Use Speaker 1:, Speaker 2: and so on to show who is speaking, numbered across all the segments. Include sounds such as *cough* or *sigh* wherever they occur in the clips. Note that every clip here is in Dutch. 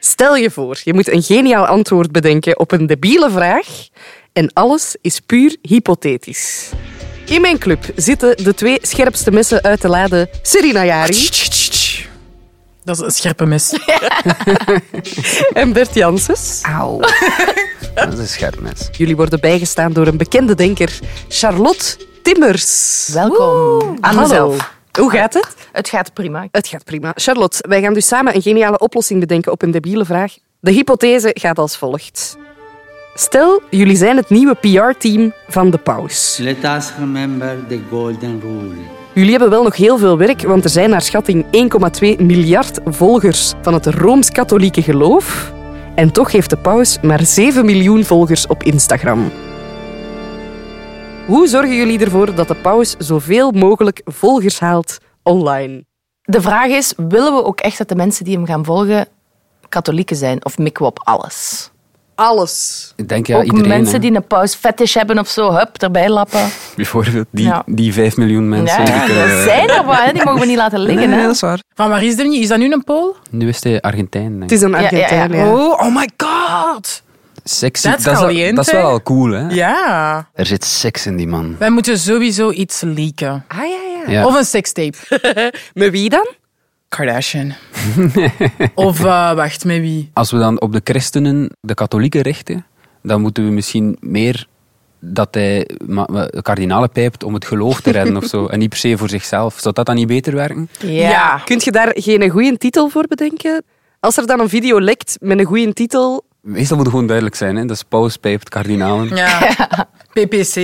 Speaker 1: Stel je voor, je moet een geniaal antwoord bedenken op een debiele vraag en alles is puur hypothetisch. In mijn club zitten de twee scherpste messen uit de lade Serena Jari
Speaker 2: Dat is een scherpe mes.
Speaker 1: *laughs* en Bert Janssens.
Speaker 3: Auw. *laughs* Dat is een scherp mes.
Speaker 1: Jullie worden bijgestaan door een bekende denker, Charlotte Timmers.
Speaker 4: Welkom.
Speaker 1: Hallo. Hoe gaat het?
Speaker 4: Het gaat prima.
Speaker 1: Het gaat prima. Charlotte, wij gaan dus samen een geniale oplossing bedenken op een debiele vraag. De hypothese gaat als volgt. Stel, jullie zijn het nieuwe PR-team van de paus.
Speaker 5: Let us remember the golden rule.
Speaker 1: Jullie hebben wel nog heel veel werk, want er zijn naar schatting 1,2 miljard volgers van het Rooms-Katholieke geloof. En toch heeft de paus maar 7 miljoen volgers op Instagram. Hoe zorgen jullie ervoor dat de paus zoveel mogelijk volgers haalt online?
Speaker 4: De vraag is, willen we ook echt dat de mensen die hem gaan volgen katholieken zijn? Of mikken we op alles?
Speaker 1: Alles.
Speaker 3: Ik denk ja,
Speaker 4: ook
Speaker 3: iedereen.
Speaker 4: mensen
Speaker 3: hè.
Speaker 4: die een paus fetish hebben of zo, hup, erbij lappen.
Speaker 3: Bijvoorbeeld die,
Speaker 4: Ja.
Speaker 3: die 5 miljoen mensen.
Speaker 4: Ja,
Speaker 3: die eh,
Speaker 4: ja,
Speaker 3: kunnen-
Speaker 4: dat zijn er wat, hè. die mogen we niet laten
Speaker 3: Nee,
Speaker 4: liggen.
Speaker 3: nee,
Speaker 4: Hè.
Speaker 3: dat is waar.
Speaker 2: Van waar is er niet? Is dat nu een Pool?
Speaker 3: Nu is hij Argentijn. denk
Speaker 1: Het
Speaker 3: ik.
Speaker 1: is een
Speaker 4: Ja, ja, ja.
Speaker 1: Argentijn. ja.
Speaker 2: Oh, oh my god.
Speaker 3: Sexy.
Speaker 2: That's
Speaker 3: Dat is, wel-
Speaker 2: caliente.
Speaker 3: dat is wel al cool, hè?
Speaker 2: Ja.
Speaker 3: Er zit seks in die man.
Speaker 2: Wij moeten sowieso iets leaken.
Speaker 1: Ah ja, ja.
Speaker 3: Ja.
Speaker 2: Of een sekstape.
Speaker 1: Met wie dan?
Speaker 3: *laughs*
Speaker 2: Kardashian. of, eh, wacht, met wie?
Speaker 3: Als we dan op de christenen, de katholieken richten, dan moeten we misschien meer dat hij ma- ma- kardinalen pijpt om het geloof te redden of zo. En niet per se voor zichzelf. Zou dat dan niet beter werken?
Speaker 4: Ja.
Speaker 1: Kunt je daar geen goede titel voor bedenken? Als er dan een video lekt met een goede titel.
Speaker 3: Meestal moet het gewoon duidelijk zijn, hè? Dat is paus pijpt kardinalen.
Speaker 2: Ja.
Speaker 3: *laughs*
Speaker 2: PPC.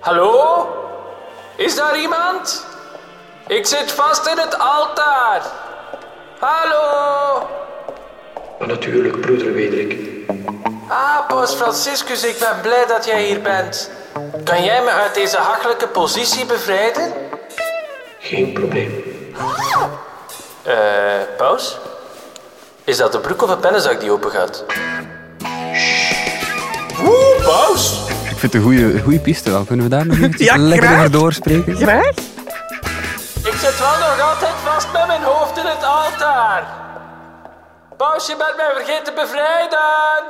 Speaker 6: Hallo? Is daar iemand? Ik zit vast in het altaar. Hallo?
Speaker 7: Natuurlijk, broeder Wederik.
Speaker 6: Ah, Paus Franciscus, ik ben blij dat jij hier bent. Kan jij me uit deze hachelijke positie bevrijden?
Speaker 7: Geen probleem.
Speaker 6: Eh, Paus? Is dat een broek of een pennenzak die open gaat? Oeh, Paus!
Speaker 3: Ik vind het een goede, goede piste wel. Kunnen we
Speaker 2: *laughs*
Speaker 3: daar nog eventjes
Speaker 1: Ja,
Speaker 3: lekker
Speaker 1: graag.
Speaker 3: over doorspreken?
Speaker 1: Graag?
Speaker 6: Ik zit wel nog altijd vast met mijn hoofd in het altaar. Paus, je bent mij vergeten te bevrijden.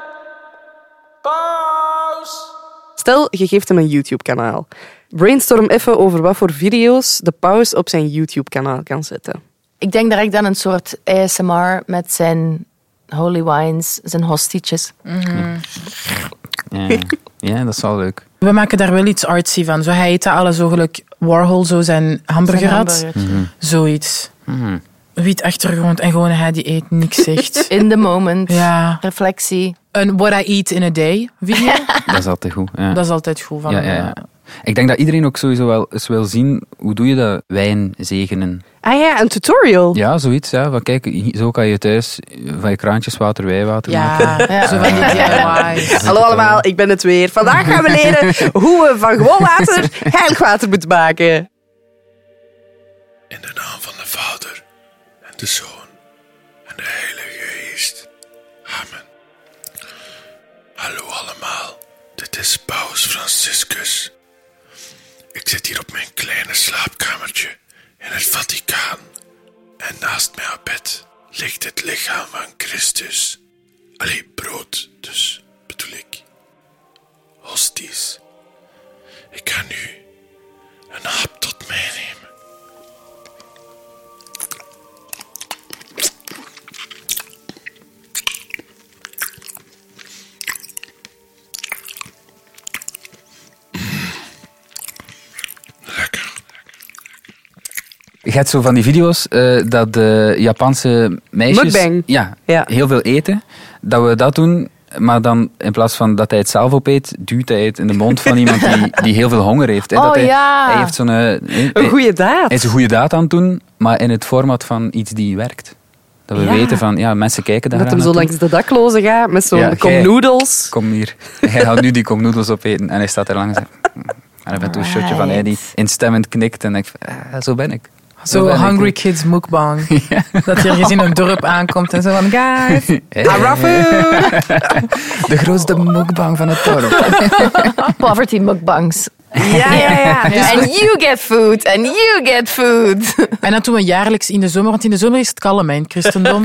Speaker 6: Paus!
Speaker 1: Stel, je geeft hem een YouTube-kanaal. Brainstorm even over wat voor video's de paus op zijn YouTube-kanaal kan zetten.
Speaker 4: Ik denk direct aan een soort ASMR met zijn holy wines, zijn hostietjes.
Speaker 3: Ja. ja, dat is wel leuk.
Speaker 2: We maken daar wel iets artsy van. Zo, hij eet dat alles zo gelijk Warhol, zo zijn hamburger had.
Speaker 4: Hamburgertje.
Speaker 3: Mhm.
Speaker 2: Zoiets. Wit achtergrond en gewoon hij die eet niks
Speaker 3: *laughs*
Speaker 2: zegt.
Speaker 4: In the moment.
Speaker 2: ja.
Speaker 4: Reflectie.
Speaker 2: Een what I eat in a day video.
Speaker 3: Dat is altijd goed. Ja.
Speaker 2: dat is altijd goed van eh.
Speaker 3: Ja, ja, ja. Ik denk dat iedereen ook sowieso wel eens wil zien hoe doe je dat wijn zegenen.
Speaker 1: Ah ja, een tutorial.
Speaker 3: Ja, zoiets. Ja. Van, kijk, hi- zo kan je thuis van je kraantjes water wijwater maken.
Speaker 2: *laughs* Ja,
Speaker 4: Ja.
Speaker 2: zo van die DIY's.
Speaker 1: Hallo allemaal, ik ben het weer. Vandaag gaan we leren hoe we van gewoon water heilig water moeten maken.
Speaker 7: In de naam van de Vader, en de Zoon, en de Heilige Geest. Amen. Hallo allemaal, dit is Paus Franciscus. Ik zit hier op mijn kleine slaapkamertje in het Vaticaan. En naast mij op bed ligt het lichaam van Christus. Allee, brood dus, bedoel ik. Hosties. Ik ga nu een hap tot mij nemen. Lekker.
Speaker 3: Je hebt zo van die video's eh, dat de Japanse meisjes
Speaker 1: Mukbang.
Speaker 3: Ja,
Speaker 1: Ja.
Speaker 3: heel veel eten. Dat we dat doen, maar dan in plaats van dat hij het zelf opeet, duwt hij het in de mond van iemand die, die heel veel honger heeft. hè.
Speaker 4: Oh,
Speaker 3: dat hij,
Speaker 4: ja.
Speaker 3: hij heeft zo'n... eh,
Speaker 1: Een goede daad.
Speaker 3: Hij is een goede daad aan het doen, maar in het format van iets die werkt. Dat we
Speaker 1: Ja.
Speaker 3: weten van, ja, mensen kijken daar
Speaker 1: Dat hem zo langs de daklozen gaat met zo'n
Speaker 3: Ja,
Speaker 1: kom
Speaker 3: jij-
Speaker 1: noodles.
Speaker 3: Kom hier. Hij gaat nu die komnoedels opeten. En hij staat er langs. En dan bent een shotje van hij die instemmend knikt. En ik, eh, zo ben ik.
Speaker 2: Zo
Speaker 3: ben ik.
Speaker 2: Hungry Kids
Speaker 3: *laughs*
Speaker 2: mukbang. Dat je ergens in een dorp aankomt en zo van, guys,
Speaker 3: Eh,
Speaker 2: *laughs*
Speaker 3: De grootste mukbang van het dorp.
Speaker 4: Poverty mukbangs. Ja, ja, *laughs* ja. And you get food, and you get food.
Speaker 2: En dat doen we jaarlijks in de zomer, want in de zomer is het kalm hè, in
Speaker 3: *laughs*
Speaker 2: het christendom. *laughs*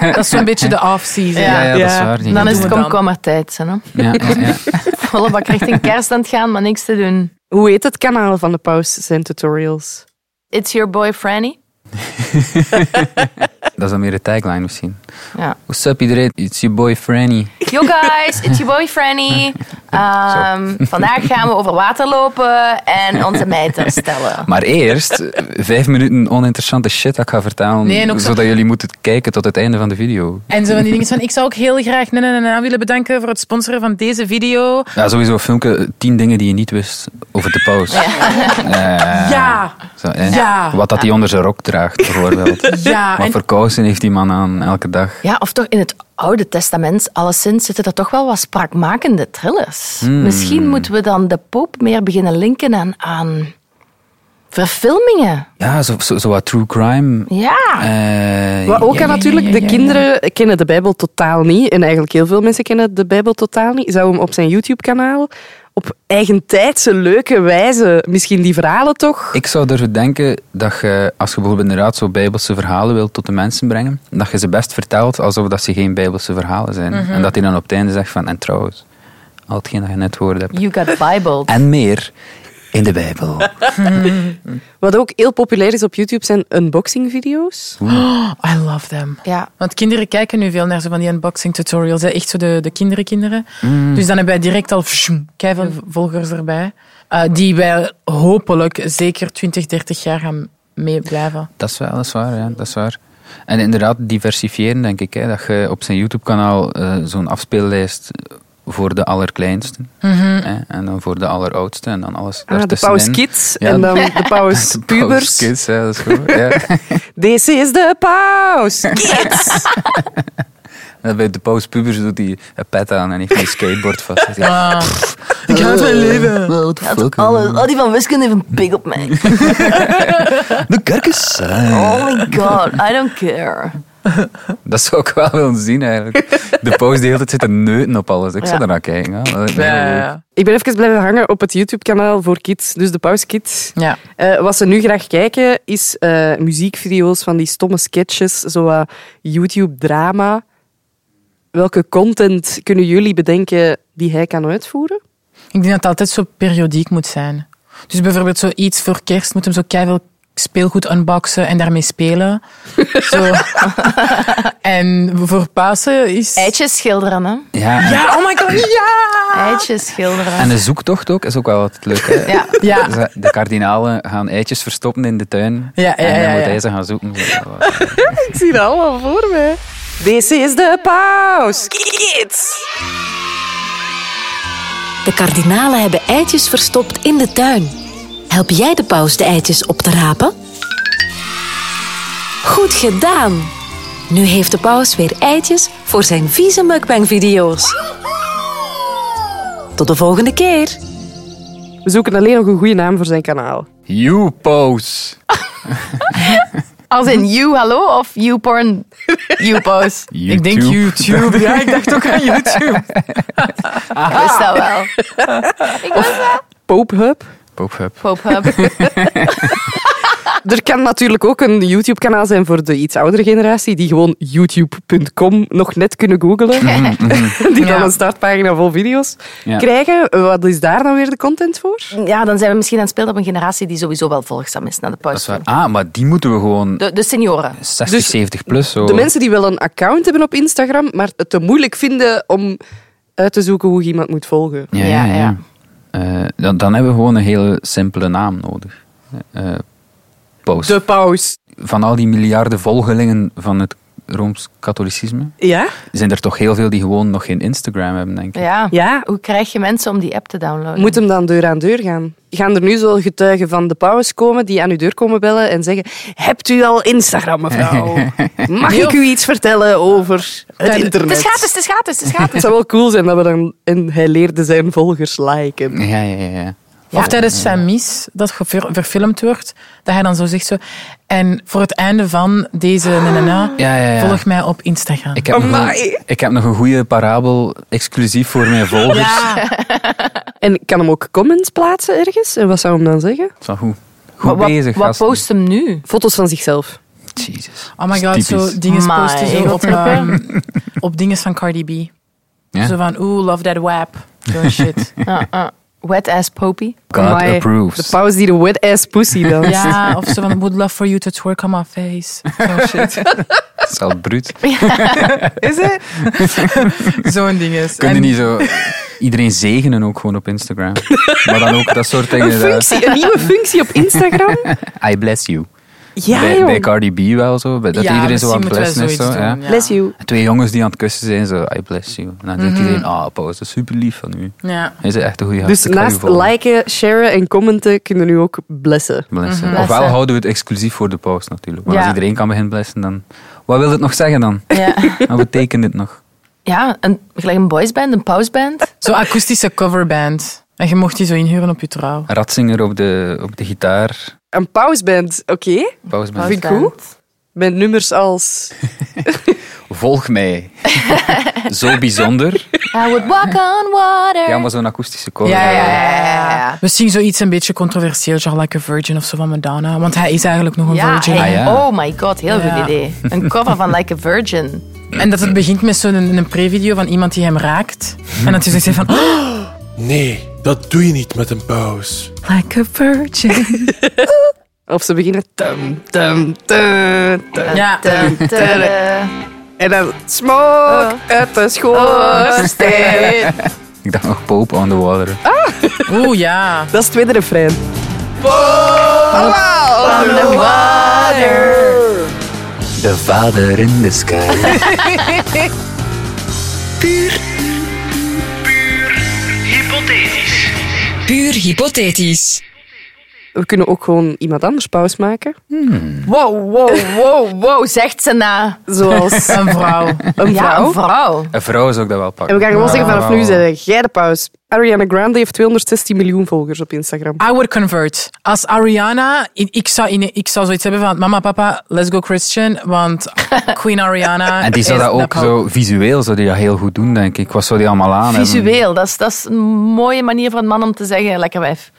Speaker 2: dat is zo'n beetje de off-season.
Speaker 4: Ja,
Speaker 3: ja, dat is
Speaker 1: Ja.
Speaker 3: waar. die
Speaker 4: En dan
Speaker 3: gaan
Speaker 4: is het
Speaker 2: doen we dan?
Speaker 4: komkommertijd. hè, no?
Speaker 3: doen. Ja, ja, ja.
Speaker 4: Volle bak richting kerst aan het gaan, maar niks te doen.
Speaker 1: Hoe heet het kanaal van de paus zijn tutorials?
Speaker 4: It's your boy Franny.
Speaker 3: Dat is dan meer de tagline misschien.
Speaker 4: Ja.
Speaker 3: What's up iedereen? It's your boy Franny.
Speaker 4: Yo guys, it's your boy Franny. Ehm, vandaag gaan we over water lopen en onze meid herstellen.
Speaker 3: Maar eerst eh, vijf minuten oninteressante shit dat ik ga vertellen.
Speaker 2: Nee, en ook zo-
Speaker 3: zodat jullie moeten kijken tot het einde van de video.
Speaker 2: En zo van die dingen van, ik zou ook heel graag Nana Nana willen bedanken voor het sponsoren van deze video.
Speaker 3: Ja, sowieso een filmpje. eh, Tien dingen die je niet wist over de paus. Eh,
Speaker 2: Ja,
Speaker 3: zo, eh.
Speaker 2: Ja.
Speaker 3: Wat dat hij onder zijn rok draagt, bijvoorbeeld.
Speaker 2: ja.
Speaker 3: Wat
Speaker 2: En,
Speaker 3: voor kousen heeft die man aan elke dag?
Speaker 4: Ja, of toch in het Oude Testament, alleszins, zitten er toch wel wat spraakmakende thrillers. Misschien moeten we dan de poop meer beginnen linken aan, aan verfilmingen.
Speaker 3: Ja, zo, zo, zo wat true crime.
Speaker 4: Ja.
Speaker 3: Eh,
Speaker 1: Wat ook
Speaker 3: ja,
Speaker 1: aan natuurlijk, de kinderen kennen de Bijbel totaal niet. En eigenlijk heel veel mensen kennen de Bijbel totaal niet. Zou hem op zijn YouTube-kanaal op eigentijdse, leuke wijze misschien die verhalen toch...
Speaker 3: Ik zou durven denken dat je, als je bijvoorbeeld inderdaad zo bijbelse verhalen wilt tot de mensen brengen, dat je ze best vertelt alsof dat ze geen bijbelse verhalen zijn. En dat hij dan op het einde zegt van, en trouwens, al hetgeen dat je net gehoord hebt.
Speaker 4: You got bibled.
Speaker 3: En meer in de Bijbel.
Speaker 1: Wat ook heel populair is op YouTube zijn unboxing-video's.
Speaker 2: Oh, I love them.
Speaker 4: Ja.
Speaker 2: Want kinderen kijken nu veel naar zo van die unboxing tutorials. Hè. Echt zo de, de kinderenkinderen.
Speaker 3: Mm.
Speaker 2: Dus dan hebben wij direct al keiveel volgers erbij. eh, die wij hopelijk zeker 20, 30 jaar gaan meeblijven.
Speaker 3: Dat is wel, dat is waar, ja, dat is waar. En inderdaad, diversifiëren denk ik. Hè, dat je op zijn YouTube-kanaal eh, zo'n afspeellijst voor de allerkleinsten. hè, en dan voor de alleroudste en dan alles
Speaker 1: Ah, de
Speaker 3: daartussenin.
Speaker 1: Paus Kids
Speaker 3: Ja,
Speaker 1: en
Speaker 3: *laughs*
Speaker 1: dan de Paus
Speaker 3: De Paus
Speaker 1: Pubers.
Speaker 3: Kids, hè, dat is goed. Ja.
Speaker 1: This is de Paus Kids.
Speaker 3: En bij de pauze pubers doet hij een pet aan en heeft een skateboard vast. Hij zegt,
Speaker 2: Ik haat mijn leven.
Speaker 3: What the fuck?
Speaker 4: Alles, al die van wiskunde heeft een pik op mij.
Speaker 3: De kerk is saai.
Speaker 4: Oh my god, I don't care.
Speaker 3: Dat zou ik wel willen zien eigenlijk. De pauze die hele tijd zit te neuten op alles. Ik zou
Speaker 4: Ja.
Speaker 3: daarnaar kijken. Ja. Dat is
Speaker 2: Ja,
Speaker 3: heel
Speaker 2: ja,
Speaker 3: leuk.
Speaker 2: ja.
Speaker 1: Ik ben even blijven hangen op het YouTube-kanaal voor kids, dus de Paus Kids.
Speaker 2: Ja.
Speaker 1: Eh, wat ze nu graag kijken, is eh, muziekvideo's van die stomme sketches, zo wat YouTube-drama. Welke content kunnen jullie bedenken die hij kan uitvoeren?
Speaker 2: Ik denk dat het altijd zo periodiek moet zijn. Dus bijvoorbeeld zoiets voor kerst moet hem zo keiveel speelgoed unboxen en daarmee
Speaker 4: *laughs*
Speaker 2: spelen. zo. En voor Pasen is...
Speaker 4: Eitjes schilderen, hè?
Speaker 3: Ja, en-
Speaker 2: Ja, oh my god, ja!
Speaker 4: Eitjes schilderen.
Speaker 3: En de zoektocht ook is ook wel altijd leuk. Hè?
Speaker 4: Ja.
Speaker 2: Ja.
Speaker 3: Ze- De kardinalen gaan eitjes verstoppen in de tuin.
Speaker 2: Ja, ja,
Speaker 3: en dan
Speaker 2: ja,
Speaker 3: moet
Speaker 2: ja.
Speaker 3: hij ze gaan zoeken.
Speaker 1: Ik zie dat allemaal voor mij. This is de Paus Kids.
Speaker 8: De kardinalen hebben eitjes verstopt in de tuin. Help jij de paus de eitjes op te rapen? Goed gedaan! Nu heeft de paus weer eitjes voor zijn vieze mukbang-video's. Tot de volgende keer!
Speaker 1: We zoeken alleen nog een goede naam voor zijn kanaal.
Speaker 3: You pose.
Speaker 4: Als in you hallo of you porn you pose.
Speaker 2: Ik denk YouTube. Ja, ik dacht ook aan YouTube.
Speaker 3: Ah.
Speaker 4: Ik wist dat wel. Ik wist dat.
Speaker 1: Pope Hub.
Speaker 3: Pop-up.
Speaker 4: Pop-up.
Speaker 1: Er kan natuurlijk ook een YouTube-kanaal zijn voor de iets oudere generatie, die gewoon youtube.com nog net kunnen googlen. *laughs* die dan
Speaker 2: Ja.
Speaker 1: een startpagina vol video's
Speaker 3: Ja.
Speaker 1: krijgen. Wat is daar dan weer de content voor?
Speaker 4: Ja, dan zijn we misschien aan het spelen op een generatie die sowieso wel volgzaam is naar de
Speaker 3: Dat is
Speaker 4: pauze.
Speaker 3: waar. Ah, maar die moeten we gewoon
Speaker 4: De, de senioren.
Speaker 3: 60,
Speaker 1: Dus
Speaker 3: 70 plus. Zo.
Speaker 1: De mensen die wel een account hebben op Instagram, maar het te moeilijk vinden om uit te zoeken hoe je iemand moet volgen.
Speaker 3: Ja,
Speaker 4: Ja,
Speaker 3: ja, ja.
Speaker 4: ja.
Speaker 3: Eh, dan, dan hebben we gewoon een hele simpele naam nodig. Eh paus.
Speaker 1: De paus.
Speaker 3: Van al die miljarden volgelingen van het Rooms-Katholicisme
Speaker 1: Ja?
Speaker 3: zijn er toch heel veel die gewoon nog geen Instagram hebben, denk ik.
Speaker 4: Ja.
Speaker 1: Ja.
Speaker 4: Hoe krijg je mensen om die app te downloaden?
Speaker 1: Moet hem dan deur aan deur gaan? Gaan er nu zo getuigen van de paus komen die aan uw deur komen bellen en zeggen: Hebt u al Instagram,
Speaker 4: *laughs*
Speaker 1: mevrouw? Mag ik u iets vertellen over het
Speaker 4: het is gratis,
Speaker 1: internet?
Speaker 4: het is gratis, het is gratis.
Speaker 1: Het zou wel cool zijn dat we dan en hij leerde zijn volgers liken.
Speaker 3: Ja, ja, ja. ja.
Speaker 2: Of tijdens zijn mis, dat ge- ver- verfilmd wordt, dat hij dan zo zegt zo... En voor het einde van deze na, na, na,
Speaker 3: Ja, ja, ja.
Speaker 2: volg mij op Instagram.
Speaker 3: Ik heb, nog een, ik heb nog een goede parabel exclusief voor mijn volgers.
Speaker 1: En ik kan hem ook comments plaatsen ergens. En wat zou hem dan zeggen?
Speaker 3: Van goed. Goed
Speaker 4: wat,
Speaker 3: bezig,
Speaker 4: wat
Speaker 3: gasten.
Speaker 4: post hem nu?
Speaker 1: Foto's van zichzelf.
Speaker 3: Jesus.
Speaker 2: Oh my
Speaker 3: Dat
Speaker 2: god,
Speaker 3: is typisch.
Speaker 2: zo dingen
Speaker 4: My
Speaker 2: posten zo op,
Speaker 4: god.
Speaker 2: ehm,
Speaker 4: *laughs*
Speaker 2: op dingen van Cardi B.
Speaker 3: Ja.
Speaker 2: Zo van, ooh, love that wap.
Speaker 3: *laughs*
Speaker 2: Zo'n shit.
Speaker 4: Ah, ah. Wet ass popie.
Speaker 3: God
Speaker 1: Amai, De
Speaker 3: approves.
Speaker 1: pauze die de wet ass pussy danst.
Speaker 2: ja, of zo van, would love for you to twerk on my
Speaker 3: *laughs*
Speaker 2: face. Zo'n shit.
Speaker 3: Dat is al bruut.
Speaker 1: Is het?
Speaker 2: Zo'n ding is.
Speaker 3: Kunnen niet zo iedereen zegenen ook gewoon op Instagram. maar dan ook dat soort dingen.
Speaker 1: Een,
Speaker 3: eh,
Speaker 1: functie, een nieuwe functie op Instagram?
Speaker 3: *laughs* I bless you.
Speaker 1: Ja,
Speaker 3: bij, bij
Speaker 1: joh.
Speaker 3: Cardi B wel zo. bij Dat iedereen zo aan het blessen is. Zo, ja.
Speaker 1: Bless you.
Speaker 3: Twee jongens die aan het kussen zijn, zo I bless you. En dan
Speaker 1: Mhm.
Speaker 3: denkt iedereen, ah, Paul, dat is super lief van u.
Speaker 2: Ja.
Speaker 3: Hij is echt een goede
Speaker 1: Dus naast liken, sharen en commenten kunnen nu ook blessen.
Speaker 3: Ofwel
Speaker 4: Blessen.
Speaker 3: houden we het exclusief voor de pauze natuurlijk. Maar
Speaker 4: Ja.
Speaker 3: als iedereen kan beginnen blessen, dan... Wat wil het nog zeggen dan?
Speaker 2: *laughs*
Speaker 4: Ja,
Speaker 3: Wat betekent dit nog?
Speaker 4: ja een, gelijk een boysband, een pausband.
Speaker 2: Zo'n akoestische coverband. En je mocht die zo inhuren op je trouw.
Speaker 3: Ratzinger op de, op de gitaar.
Speaker 1: Een pausband, oké.
Speaker 3: Pauze met-
Speaker 1: Vind ik goed. Met nummers als...
Speaker 3: Volg mij. zo bijzonder.
Speaker 4: I would walk on water.
Speaker 3: Oh, Ja, maar zo'n akoestische koor.
Speaker 4: ja.
Speaker 2: Misschien zoiets een beetje controversieel, genre like a virgin of zo van Madonna. Want hij is eigenlijk nog een
Speaker 4: Ja,
Speaker 2: virgin.
Speaker 4: hey,
Speaker 3: Ah, ja.
Speaker 4: oh my god, heel
Speaker 2: Ja.
Speaker 4: goed idee. Een cover van Like a Virgin.
Speaker 2: En dat het begint met zo'n een pre-video van iemand die hem raakt. En dat hij zegt van,
Speaker 3: *laughs*
Speaker 2: oh,
Speaker 7: Nee, dat doe je niet met een pauze.
Speaker 2: like a virgin.
Speaker 1: Of ze beginnen... Tum, tum, tum, tum.
Speaker 2: *laughs* Ja.
Speaker 4: Dun, dun, dun.
Speaker 1: En dan... Smoke uit de Oh, schoorsteen.
Speaker 3: Ik dacht nog Pope on the Water.
Speaker 2: Oeh, ja.
Speaker 1: Dat is het tweede refrein.
Speaker 3: De vader in
Speaker 4: *laughs*
Speaker 3: the sky.
Speaker 8: Puur hypothetisch.
Speaker 1: We kunnen ook gewoon iemand anders pauze maken.
Speaker 3: Hmm.
Speaker 4: Wow, wow, wow, wow, zegt ze na.
Speaker 1: Zoals
Speaker 2: Een vrouw.
Speaker 1: een
Speaker 4: Ja,
Speaker 1: vrouw.
Speaker 4: een vrouw.
Speaker 3: Een vrouw zou ik dat wel pakken.
Speaker 1: En we gaan gewoon
Speaker 3: Ja.
Speaker 1: zeggen vanaf nu,
Speaker 3: Wauw.
Speaker 1: zeg jij de pauze. Ariana Grande heeft 216 miljoen volgers op Instagram.
Speaker 2: I would convert. Als Ariana, i- ik zou, in, ik zou zoiets hebben van, mama, papa, let's go Christian, want Queen Ariana...
Speaker 3: *laughs* En die zou
Speaker 2: is
Speaker 3: dat
Speaker 2: de
Speaker 3: ook
Speaker 2: pope.
Speaker 3: zo visueel zou die dat heel goed doen, denk ik. Wat zou die allemaal aan hebben?
Speaker 4: Visueel, dat is, dat is een mooie manier voor een man om te zeggen, lekker wijf.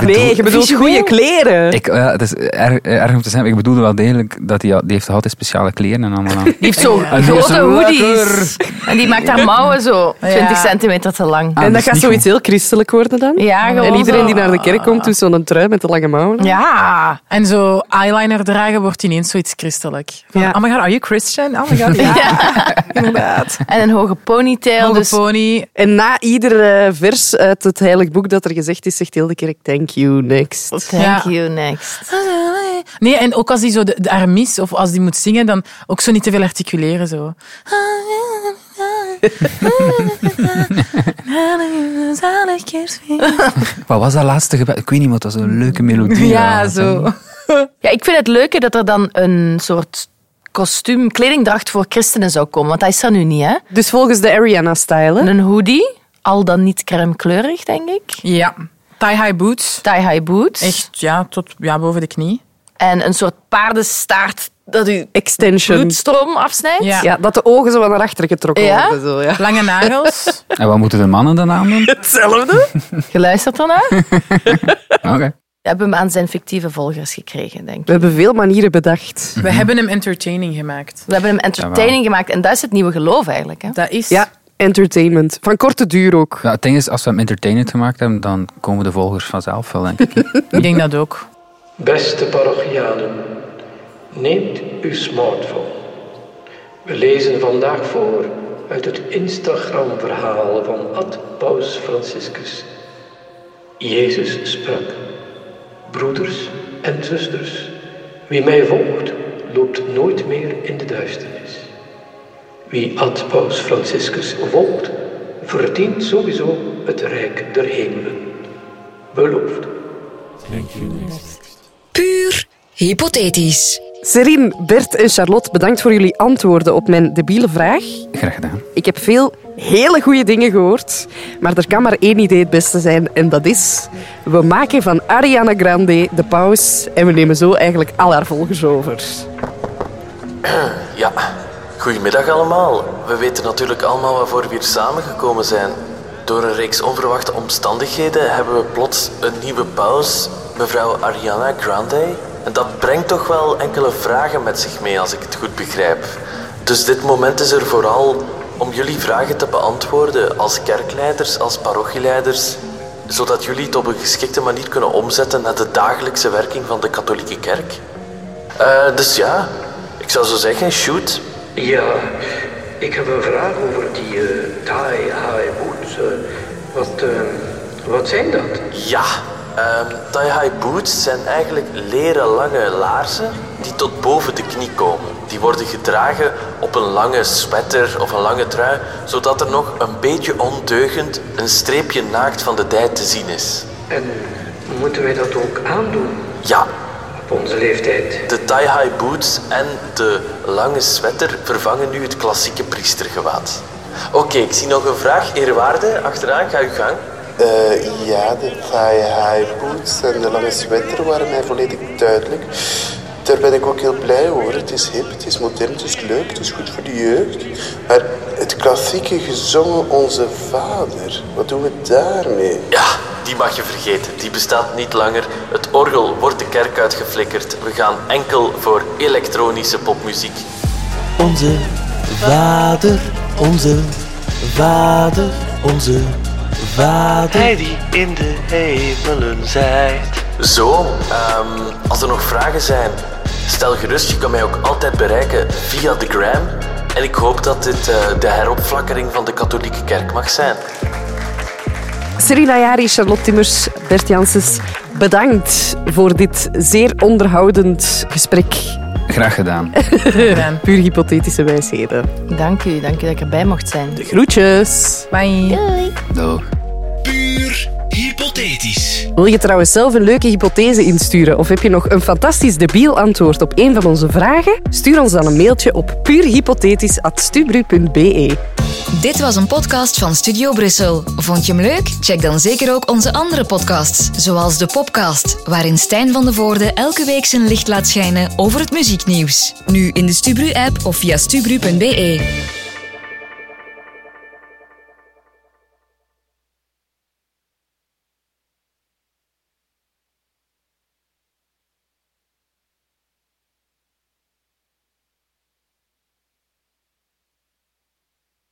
Speaker 1: Nee, je bedoelt
Speaker 4: Visueel?
Speaker 1: goede kleren.
Speaker 3: Ik, ja, het is erg, erg om te zeggen, maar ik bedoelde wel degelijk dat die, die heeft toch altijd speciale kleren en allemaal aan.
Speaker 4: Die heeft zo
Speaker 3: En die is
Speaker 4: grote
Speaker 3: zo
Speaker 4: hoodies. En die maakt haar mouwen zo 20
Speaker 2: Ja.
Speaker 4: centimeter te lang.
Speaker 3: Ah,
Speaker 1: en
Speaker 3: dat
Speaker 1: dat
Speaker 3: is
Speaker 1: gaat
Speaker 3: niet
Speaker 1: zoiets heel christelijk worden dan.
Speaker 4: Ja, gewoon
Speaker 1: en iedereen
Speaker 4: zo.
Speaker 1: die naar de kerk komt, doet zo'n trui met de lange mouwen.
Speaker 4: Ja.
Speaker 2: En zo eyeliner dragen wordt ineens zoiets christelijk. Van,
Speaker 1: Ja.
Speaker 2: Oh my god, are you Christian? Oh my god, *laughs* ja.
Speaker 4: *laughs*
Speaker 1: inderdaad.
Speaker 4: En een hoge ponytail.
Speaker 2: Hoge
Speaker 4: dus
Speaker 2: pony.
Speaker 1: En na ieder eh, vers uit het heilig boek dat er gezegd is, zegt heel de kerk thank you, next.
Speaker 4: Thank
Speaker 2: Ja.
Speaker 4: you, next.
Speaker 2: Nee, en ook als die zo de, de haar mist of als die moet zingen, dan ook zo niet te veel articuleren. Zo.
Speaker 3: Wat was dat laatste gebed? Ik weet niet, wat dat was een leuke melodie.
Speaker 2: Ja, zo.
Speaker 4: Ja, ik vind het leuke dat er dan een soort kostuum, kledingdracht voor christenen zou komen. Want dat is er nu niet, hè?
Speaker 1: Dus volgens de Ariana-style, hè?
Speaker 4: Een hoodie, al dan niet crèmekleurig, denk ik.
Speaker 2: Ja. Tie-high boots.
Speaker 4: Tie-high boots.
Speaker 2: Echt, ja, tot ja, boven de knie.
Speaker 4: En een soort paardenstaart dat u
Speaker 1: extension.
Speaker 4: bloedstroom afsnijdt.
Speaker 2: Ja.
Speaker 1: Ja, dat de ogen zo wat naar achter getrokken
Speaker 4: Ja?
Speaker 1: worden. Zo, ja.
Speaker 2: Lange nagels.
Speaker 3: En wat moeten de mannen dan aan
Speaker 2: *laughs*
Speaker 3: doen?
Speaker 1: Hetzelfde.
Speaker 4: Geluisterd daarna? We
Speaker 3: Oké.
Speaker 4: hebben hem aan zijn fictieve volgers gekregen, denk ik.
Speaker 1: We hebben veel manieren bedacht.
Speaker 2: We hebben hem entertaining gemaakt.
Speaker 4: We hebben hem entertaining gemaakt en dat is het nieuwe geloof eigenlijk. Hè?
Speaker 2: Dat is...
Speaker 1: Ja, entertainment. Van korte duur ook.
Speaker 3: Ja, het ding is, als we hem entertainend gemaakt hebben, dan komen de volgers vanzelf wel, denk ik.
Speaker 2: Ik denk dat ook.
Speaker 9: Beste parochianen, neemt uw smartphone. We lezen vandaag voor uit het Instagram-verhaal van Ad Paus Franciscus. Jezus sprak: Broeders en zusters, wie mij volgt, loopt nooit meer in de duisternis. Wie Ad Paus Franciscus volgt, verdient sowieso het rijk der hemelen. Beloofd.
Speaker 8: Puur hypothetisch.
Speaker 1: Serine, Bert en Charlotte, bedankt voor jullie antwoorden op mijn debiele vraag.
Speaker 3: Graag gedaan.
Speaker 1: Ik heb veel hele goede dingen gehoord, maar er kan maar één idee het beste zijn en dat is... We maken van Ariana Grande de paus en we nemen zo eigenlijk al haar volgers over.
Speaker 10: Ja, goedemiddag allemaal. We weten natuurlijk allemaal waarvoor we hier samengekomen zijn. Door een reeks onverwachte omstandigheden hebben we plots een nieuwe paus, mevrouw Ariana Grande. En dat brengt toch wel enkele vragen met zich mee, als ik het goed begrijp. Dus dit moment is er vooral om jullie vragen te beantwoorden als kerkleiders, als parochieleiders, zodat jullie het op een geschikte manier kunnen omzetten naar de dagelijkse werking van de katholieke kerk. Eh, dus ja, ik zou zo zeggen, shoot.
Speaker 9: Ja, ik heb een vraag over die eh Thai High Boots. eh. wat, eh, wat zijn dat?
Speaker 10: Ja, ehm thigh-high boots zijn eigenlijk leren lange laarzen die tot boven de knie komen. Die worden gedragen op een lange sweater of een lange trui, zodat er nog een beetje ondeugend een streepje naakt van de dij te zien is.
Speaker 9: En moeten wij dat ook aandoen
Speaker 10: Ja,
Speaker 9: op onze leeftijd?
Speaker 10: de tie-high boots en de lange sweater vervangen nu het klassieke priestergewaad. Oké, ik zie nog een vraag. Eerwaarde, achteraan, ga uw gang.
Speaker 11: Eh, ja, de taaie haairboots en de lange sweater waren mij volledig duidelijk. Daar ben ik ook heel blij over. Het is hip, het is modern, het is leuk, het is goed voor de jeugd. Maar het klassieke gezongen Onze Vader, wat doen we daarmee?
Speaker 10: Ja, die mag je vergeten. Die bestaat niet langer. Het orgel wordt de kerk uitgeflikkerd. We gaan enkel voor elektronische popmuziek.
Speaker 12: Onze vader, onze vader, onze vader. Hij die in de hemelen zijt.
Speaker 10: Zo, ehm, als er nog vragen zijn, stel gerust. Je kan mij ook altijd bereiken via de gram. En ik hoop dat dit eh, de heropflakkering van de katholieke kerk mag zijn.
Speaker 1: Serena Jari, Charlotte Timmers, Bert Janssens, bedankt voor dit zeer onderhoudend gesprek.
Speaker 3: Graag gedaan.
Speaker 2: *laughs*
Speaker 1: Puur hypothetische wijsheden.
Speaker 4: Dank u, dank u dat ik erbij mocht zijn.
Speaker 1: Groetjes.
Speaker 2: Bye.
Speaker 3: Doeg.
Speaker 12: Puur hypothetisch.
Speaker 1: Wil je trouwens zelf een leuke hypothese insturen of heb je nog een fantastisch debiel antwoord op een van onze vragen? Stuur ons dan een mailtje op puurhypothetisch.stubru.be.
Speaker 8: Dit was een podcast van Studio Brussel. Vond je hem leuk? Check dan zeker ook onze andere podcasts, zoals de Popcast, waarin Stijn van de Voorde elke week zijn licht laat schijnen over het muzieknieuws. Nu in de Stubru-app of via stubru.be.